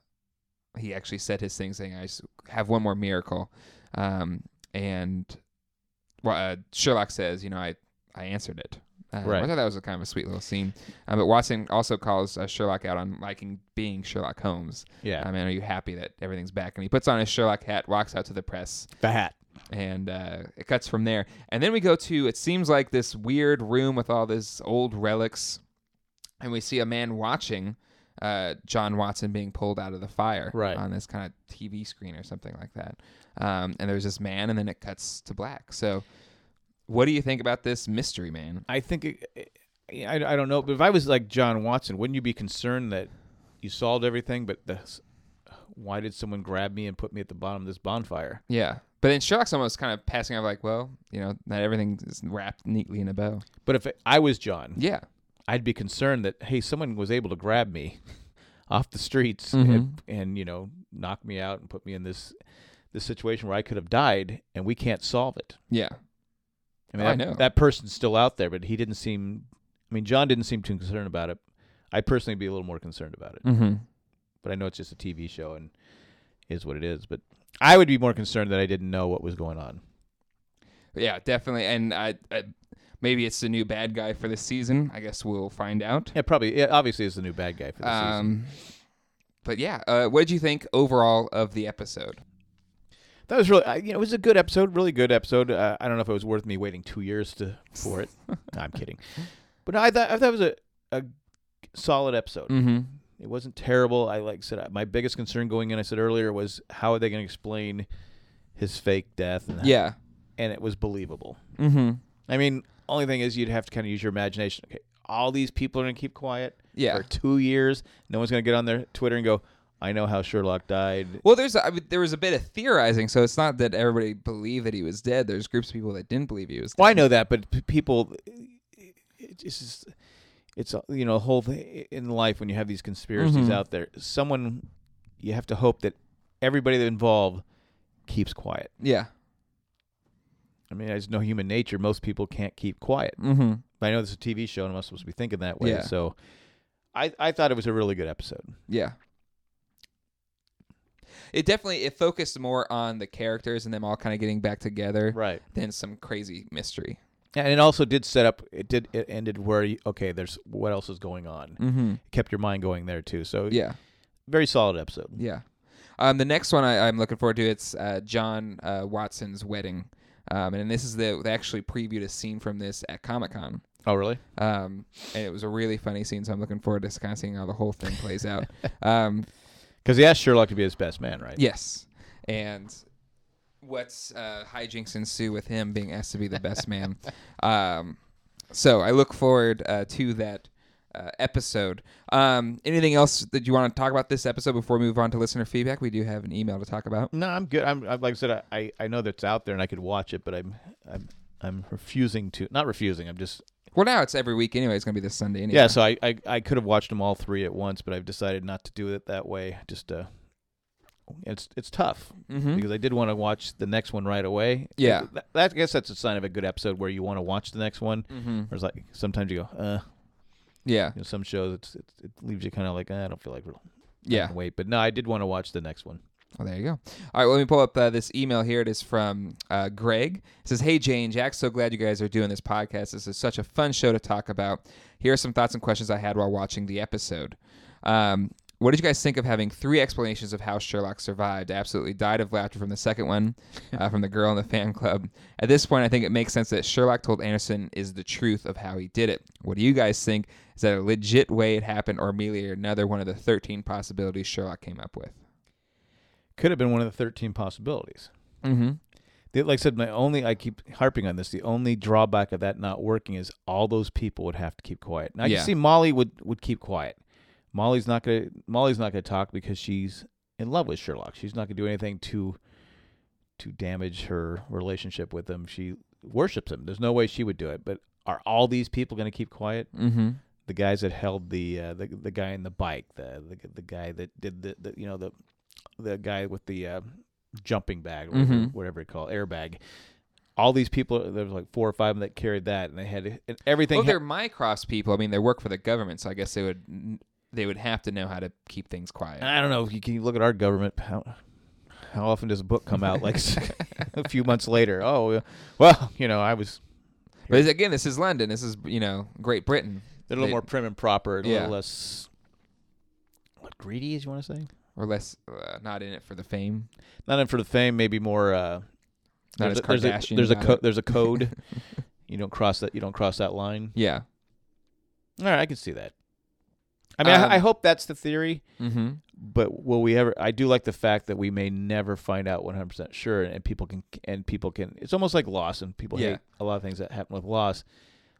he actually said his thing, saying, "I s- have one more miracle," um, and well, uh, Sherlock says, "You know, I I answered it." Uh,
Right.
I thought that was a kind of a sweet little scene, uh, but Watson also calls uh, Sherlock out on liking being Sherlock Holmes.
Yeah.
I mean, are you happy that everything's back? And he puts on his Sherlock hat, walks out to the press,
the hat.
and uh, it cuts from there. And then we go to it seems like this weird room with all this old relics, and we see a man watching uh, John Watson being pulled out of the fire
Right.
on this kind of TV screen or something like that. Um, and there's this man, and then it cuts to black. So, what do you think about this mystery man?
I think it, it- I, I don't know, but if I was like John Watson, wouldn't you be concerned that you solved everything, but the, why did someone grab me and put me at the bottom of this bonfire?
Yeah. But then Sherlock's almost kind of passing off like, well, you know, not everything is wrapped neatly in a bow.
But if I was John,
Yeah.
I'd be concerned that hey, someone was able to grab me <laughs> off the streets and,
Mm-hmm.
and you know knock me out and put me in this this situation where I could have died, and we can't solve it.
Yeah.
I mean,
Oh, I
that,
know.
that person's still out there, but he didn't seem. I mean, John didn't seem too concerned about it. I'd personally be a little more concerned about it.
Mm-hmm.
but I know it's just a TV show and is what it is. But I would be more concerned that I didn't know what was going on.
Yeah, definitely. And I, I maybe it's the new bad guy for this season. I guess we'll find out.
Yeah, probably. Yeah, obviously, is the new bad guy for the season.
Um, but yeah, uh, what did you think overall of the episode?
That was really, I- you know, it was a good episode, really good episode. Uh, I don't know if it was worth me waiting two years to
<laughs>
for it. No, I'm kidding. But no, I thought I thought it was a, a solid episode.
Mm-hmm.
It wasn't terrible. I like I said, my biggest concern going in, I said earlier, was how are they going to explain his fake death? And
Yeah.
and it was believable.
Mm-hmm.
I mean, only thing is you'd have to kind of use your imagination. Okay, all these people are going to keep quiet
Yeah.
for two years. No one's going to get on their Twitter and go, "I know how Sherlock died."
Well, there's I mean, there was a bit of theorizing, so it's not that everybody believed that he was dead. There's groups of people that didn't believe he was dead.
Well, I know that, but p- people, it's just, it's a- you know, a whole thing in life when you have these conspiracies
Mhm.
out there. Someone, you have to hope that everybody that involved keeps quiet.
Yeah.
I mean, there's no human nature. Most people can't keep quiet.
Mm-hmm.
But I know this is a TV show, and I'm not supposed to be thinking that way.
Yeah.
So, I I thought it was a really good episode.
Yeah. It definitely it focused more on the characters and them all kind of getting back together
Right.
than some crazy mystery.
And it also did set up. It did. It ended where you, okay. There's what else is going on.
Mm-hmm.
It kept your mind going there too. So
Yeah.
very solid episode.
Yeah. Um, the next one I, I'm looking forward to it's uh, John uh, Watson's wedding, um, and this is the they actually previewed a scene from this at Comic Con,
Oh really?
um, and it was a really funny scene. So I'm looking forward to kind of seeing how the whole thing plays out. Um,
Because he asked Sherlock to be his best man, right?
yes, and what's uh, hijinks ensue with him being asked to be the best man. Um, so I look forward uh, to that. Uh, episode. Um, anything else that you want to talk about this episode before we move on to listener feedback? We do have an email to talk about.
No, I'm good. I'm, I'm like I said. I- I I know that's out there and I could watch it, but I'm I'm I'm refusing to. Not refusing. I'm just
Well, now it's every week anyway. It's gonna be this Sunday anyway.
yeah. so I I, I could have watched them all three at once, but I've decided not to do it that way. Just uh, it's it's tough
hmm
because I did want to watch the next one right away.
Yeah.
That, that- I guess that's a sign of a good episode where you want to watch the next one.
hmm
Or it's like sometimes you go, uh,
Yeah.
you know, some shows it's, it's it leaves you kind of like "Ah, I don't feel like real-
Yeah.
Wait, but no, I did want to watch the next one.
Well, Oh, there you go. All right, well, let me pull up uh, this email here. It is from uh, Greg. It says, Hey, Jane, Jack, so glad you guys are doing this podcast. This is such a fun show to talk about. Here are some thoughts and questions I had while watching the episode. Um, what did you guys think of having three explanations of how Sherlock survived? I absolutely died of laughter from the second one, uh, from the girl in the fan club. At this point, I think it makes sense that Sherlock told Anderson is the truth of how he did it. What do you guys think? Is that a legit way it happened, or merely another one of the 13 possibilities Sherlock came up with?
Could have been one of the thirteen possibilities.
Mm-hmm.
The, like I said, my only I keep harping on this. The only drawback of that not working is all those people would have to keep quiet. And I
Yeah.
can see Molly would would keep quiet. Molly's not gonna Molly's not gonna talk because she's in love with Sherlock. She's not gonna do anything to to damage her relationship with him. She worships him. There's no way she would do it. But are all these people gonna keep quiet?
Mm-hmm.
The guys that held the uh, the the guy in the bike, the the, the guy that did the, the you know the the guy with the uh, jumping bag, or whatever,
Mhm.
whatever you call it, airbag. All these people, there was like four or five of them that carried that, and they had and everything.
Well,
ha-
they're Mycross people. I mean, they work for the government, so I guess they would they would have to know how to keep things quiet.
I don't know. You can look at our government. How, how often does a book come out?
<laughs>
Like <laughs> a few months later. Oh, well, you know, I was
But this- again, this is London. This is you know Great Britain
a little
They-
more prim and proper, a
Yeah.
little less. What greedy is you want to say?
or less uh, not in it for the fame.
Not in for the fame. Maybe more. Uh,
Not as
there's, a- there's
Kardashian.
a there's a,
not
co-
it.
<laughs> there's a code. you don't cross that. You don't cross that line.
yeah.
All right, I can see that. I mean, I, I
Um,
hope that's the theory.
Mm-hmm.
but will we ever i do like the fact that we may never find out 100% sure and people can and people can it's almost like loss and people
Yeah.
hate a lot of things that happen with loss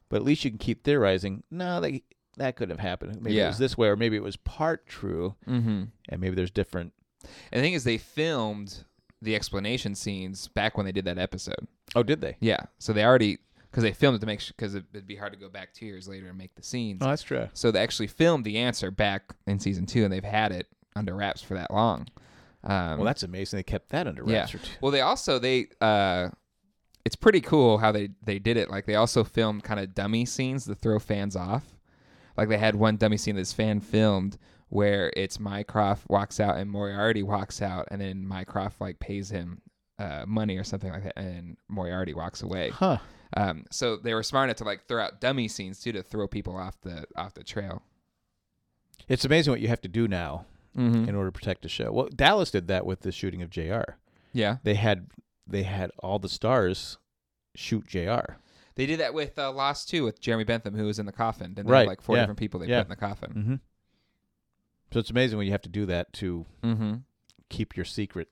but at least you can keep theorizing no they, that couldn't have happened maybe
Yeah.
it was this way or maybe it was part true
Mm-hmm.
and maybe there's different
And the thing is, they filmed the explanation scenes back when they did that episode.
oh did they
Yeah. So they already because they filmed it to make sure because it, it'd be hard to go back two years later and make the scenes.
oh that's true
So they actually filmed the answer back in season two, and they've had it under wraps for that long. Um,
well that's amazing they kept that under
Yeah.
wraps or two.
Well, they also they uh, it's pretty cool how they they did it. Like they also filmed kind of dummy scenes to throw fans off. Like they had one dummy scene this fan filmed where it's Mycroft walks out and Moriarty walks out, and then Mycroft like pays him uh, money or something like that, and Moriarty walks away.
huh
Um, so they were smart enough to like throw out dummy scenes too to throw people off the off the trail.
it's amazing what you have to do now
Mm-hmm.
in order to protect the show well dallas did that with the shooting of jr
Yeah,
they had they had all the stars shoot jr
they did that with uh, Lost too with Jeremy Bentham who was in the coffin. And they
Right,
like four
yeah,
different people they
yeah.
put in the coffin.
Mm-hmm. So it's amazing when you have to do that to
Mm-hmm.
keep your secret.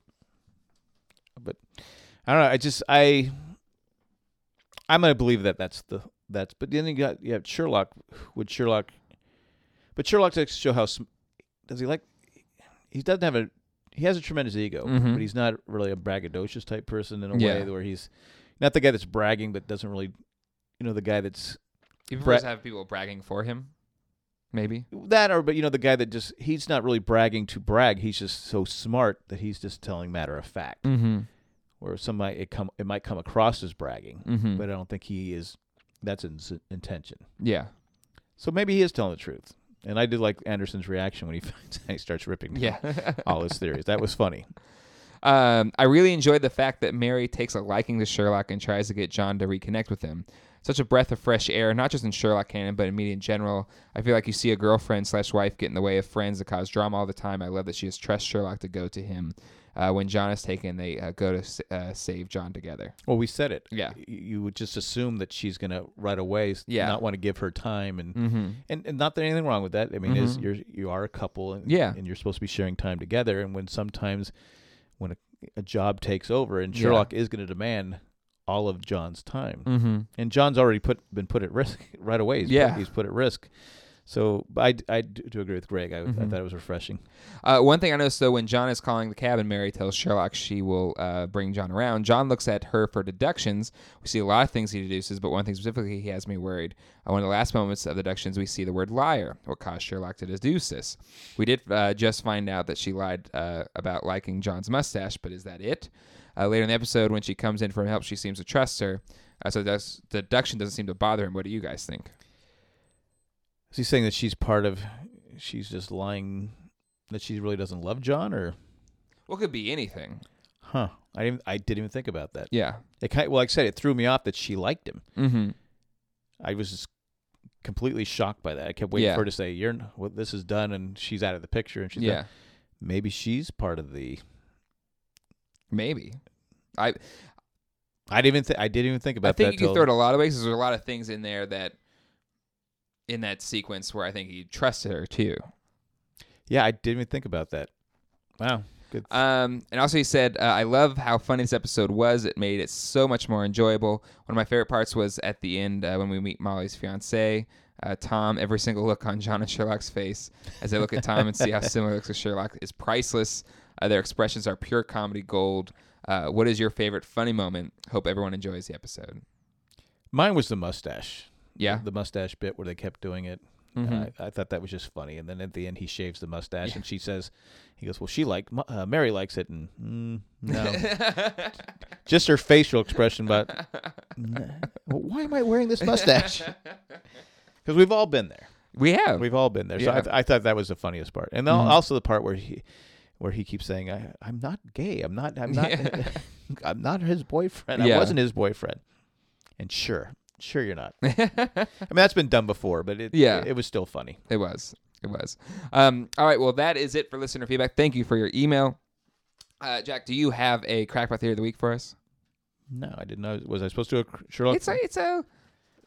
But I don't know. I just I I'm gonna believe that that's the that's. But then you got you have Sherlock. Would Sherlock? But Sherlock likes to show how sm- does he like? He doesn't have a he has a tremendous ego,
Mhm.
but he's not really a braggadocious type person in a
Yeah.
way where he's not the guy that's bragging, but doesn't really you know the guy that's
He
Brett-
prefers to have people bragging for him, maybe.
That or but you know the guy that just he's not really bragging to brag. He's just so smart that he's just telling matter of fact.
Mm-hmm.
Where some might it come it might come across as bragging,
Mm-hmm.
but I don't think he is. That's his intention.
yeah,
So maybe he is telling the truth. And I did like Anderson's reaction when he <laughs> finds he starts ripping down
yeah.
all his theories. That was funny.
<laughs> um, I really enjoyed the fact that Mary takes a liking to Sherlock and tries to get John to reconnect with him. Such a breath of fresh air, not just in Sherlock canon, but in media in general. I feel like you see a girlfriend slash wife get in the way of friends that cause drama all the time. I love that she has trust Sherlock to go to him. Uh, when John is taken, they uh, go to s- uh, save John together.
Well, we said it.
<laughs> Yeah.
Y- you would just assume that she's gonna right away. s-
Yeah.
not want to give her time and.
Mm-hmm.
and, and not that anything wrong with that. I mean, is
Mhm.
you're you are a couple, and,
Yeah.
and you're supposed to be sharing time together. And when sometimes when a, a job takes over, and
Yeah.
Sherlock is going to demand all of John's time,
Mm-hmm.
and John's already put been put at risk <laughs> right away. He's put-
Yeah.
he's put at risk. So but I d- I d- do agree with Greg. I, I
Mhm.
thought it was refreshing.
Uh, one thing I noticed though, when John is calling the cabin, Mary tells Sherlock she will uh, bring John around. John looks at her for deductions. We see a lot of things he deduces, but one thing specifically he has me worried. Uh, one of the last moments of deductions, we see the word liar. What caused Sherlock to deduce this? We did uh, just find out that she lied uh, about liking John's mustache, but is that it? Uh, later in the episode, when she comes in for help, she seems to trust her. Uh, so that's, deduction doesn't seem to bother him. What do you guys think?
Is he saying that she's part of? She's just lying that she really doesn't love John, or
Well, it could be anything.
huh? I didn't. I didn't even think about that.
Yeah.
It kind well, like I said, it threw me off that she liked him.
Mm-hmm.
I was just completely shocked by that. I kept waiting
Yeah.
for her to say, "You're n- well, this is done," and she's out of the picture, and she's
yeah.
done. maybe she's part of the.
Maybe. I
I didn't even. Th- I didn't even think about
I think
that.
you can
till-
throw it a lot of ways. 'cause There's a lot of things in there that in that sequence where I think he trusted her too.
yeah, I didn't even think about that. Wow, good.
Um, and also, he said, uh, I love how funny this episode was. It made it so much more enjoyable. One of my favorite parts was at the end uh, when we meet Molly's fiance, uh, Tom. Every single look on John and Sherlock's face as they look at Tom and
<laughs>
see how similar he looks to Sherlock is priceless. Uh, their expressions are pure comedy gold. Uh, what is your favorite funny moment? Hope everyone enjoys the episode.
Mine was the mustache.
Yeah. Mm-hmm.
the mustache bit where they kept doing it. And I, I thought that was just funny. And then at the end, he shaves the mustache, and she says, "He goes, well, she liked mu- uh, Mary likes it, and mm, no, just her facial expression, but "Nah, well, why am I wearing this mustache? Because we've all been there.
We have.
We've all been there. So I,
Yeah. Mm-hmm.
th- I thought that was the funniest part, and al- also the part where he, where he keeps saying, I, "I'm not gay. I'm not. I'm not.
Yeah.
<laughs> I'm not his boyfriend. I
Yeah.
wasn't his boyfriend." And sure, sure
<laughs>
you're not. I mean, that's been done before, but it,
Yeah.
it, was still funny.
It was. It was. Um, all right. Well, that is it for listener feedback. Thank you for your email. Uh, Jack, do you have a crackpot theory of the week for us?
No, I didn't know. Was I supposed to do a Sherlock?
It's a it's a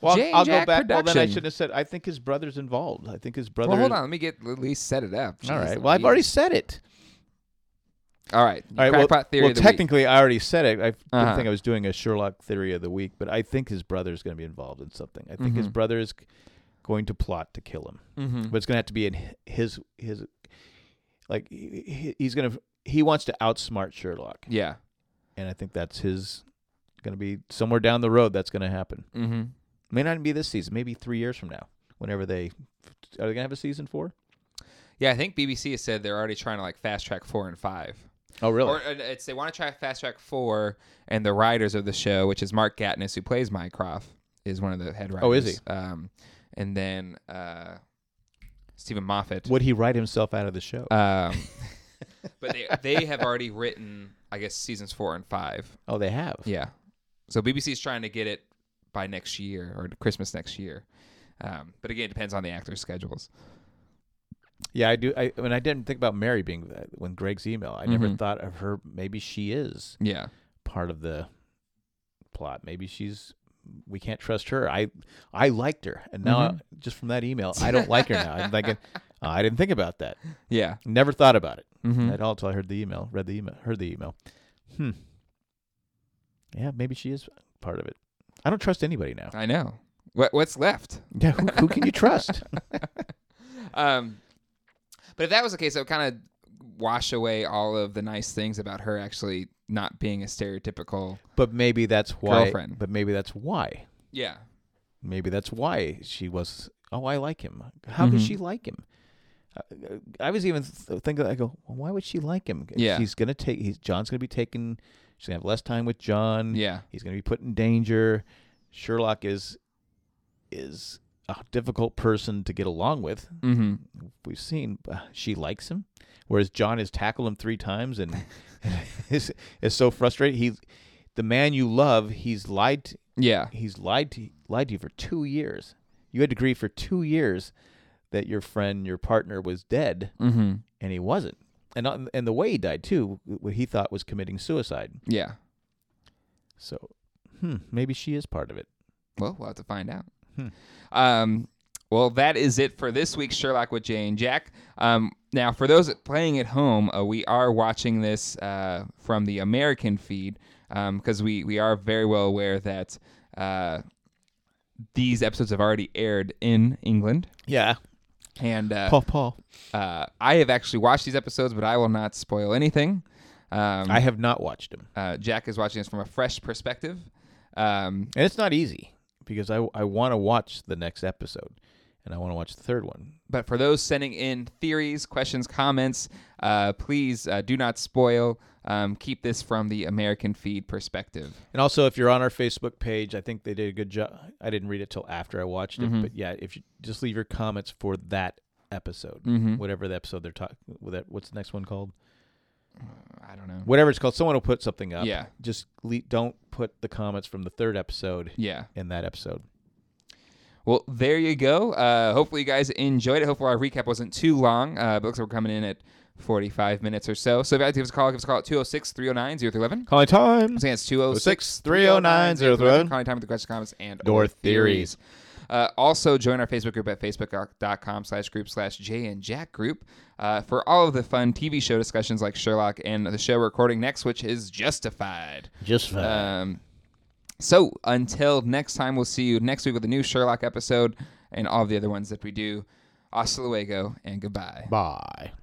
well,
Jane
I'll
Jack
go back. Well, then I
production.
shouldn't have said. I think his brother's involved. I think his brother.
well. Hold on, let me get at least set it up.
All
Jeez
right. Well, I've already said it.
Louise. All right.
All right.
crackpot
well,
theory
well
of the
technically, I already said it. I f- didn't
Uh-huh.
think I was doing a Sherlock theory of the week, but I think his brother is going to be involved in something. I think his
Mhm.
brother is g- going to plot to kill him,
week. Mhm.
but it's going to have to be in hi- his his like he, he- he's going to he wants to outsmart Sherlock,
Yeah.
and I think that's his going to be somewhere down the road that's going to happen.
Mm-hmm.
May not even be this season. Maybe three years from now, whenever they are they going to have a season four?
Yeah, I think BBC has said they're already trying to like fast track four and five.
Oh, really?
Or uh, it's they want to try fast track four, and the writers of the show, which is Mark Gatness, who plays Mycroft, is one of the head writers.
Oh, is
Um, and then uh, Stephen Moffat.
Would he write himself out of the show?
Um, <laughs> but they they have already written, I guess, seasons four and five.
oh, they have.
Yeah. So BBC is trying to get it by next year or Christmas next year. Um, but again, it depends on the actors' schedules.
Yeah, I do. I when I didn't think about Mary being when Greg's email, I never
Mhm.
thought of her. Maybe she is
Yeah.
part of the plot. Maybe she's. We can't trust her. I I liked her, and now
Mhm.
just from that email, I don't like her now. I'm <laughs> thinking, "Oh, I didn't think about that.
Yeah.
Never thought about it
Mhm.
at all until I heard the email, read the email, heard the email. Hmm. Yeah, maybe she is part of it. I don't trust anybody now.
I know. What what's left?
Yeah, who, who can you trust?
Um, but if that was the case, it would kind of wash away all of the nice things about her actually not being a stereotypical.
<laughs> But maybe that's why.
Girlfriend.
But maybe that's why
Yeah.
Maybe that's why she was. Oh, I like him. How does
Mhm.
she like him? I- I was even th- thinking. I go, well, why would she like him?
Yeah.
he's gonna take. He's John's gonna be taken. She's gonna have less time with John.
Yeah.
he's gonna be put in danger. Sherlock is is a difficult person to get along with.
Mm-hmm.
We've seen uh, she likes him, whereas John has tackled him three times and
<laughs>
<laughs> is is so frustrated. He's the man you love. He's lied. To,
Yeah.
he's lied to lied to you for two years. You had to grieve for two years that your friend, your partner, was dead,
Mm-hmm.
and he wasn't. And not, and the way he died too, what he thought was committing suicide.
Yeah.
So, hmm, maybe she is part of it.
Well, we'll have to find out.
Hmm.
Um, well, that is it for this week's Sherlock with Jay and Jack. Um, now, for those that playing at home, uh, we are watching this uh, from the American feed because we, we are very well aware that uh, these episodes have already aired in England.
Yeah,
And uh,
Paul. Paul.
uh, I have actually watched these episodes, but I will not spoil anything. Um,
I have not watched him,
uh, Jack is watching this from a fresh perspective. Um,
and it's not easy because I I want to watch the next episode, and I want to watch the third one.
But for those sending in theories, questions, comments, uh, please uh, do not spoil. Um, keep this from the American feed perspective.
And also, if you're on our Facebook page, I think
Mm-hmm.
they did a good job. I didn't read it till after I watched it, but yeah, if you just leave your comments for that episode,
Mhm.
whatever the episode they're talking. That what's the next one called?
I don't know.
Whatever it's called. Someone will put something up.
Yeah.
Just le- don't put the comments from the third episode
Yeah.
in that episode.
Well, there you go. Uh, hopefully, you guys enjoyed it. Hopefully, our recap wasn't too long. Uh, but looks like we're coming in at 45 minutes or so. So if you guys give us a call, give us a call at 206 309 0311.
Calling time.
Once again, it's 206
309 0311.
Calling time with the questions, comments, and
Or
or theories. Uh, also, join our Facebook group at facebook.com slash group slash Jay and Jack group uh, for all of the fun TV show discussions like Sherlock and the show we're recording next, which is Justified.
Just uh, fine.
Um, so until next time, we'll see you next week with a new Sherlock episode and all the other ones that we do. Hasta luego and goodbye.
Bye.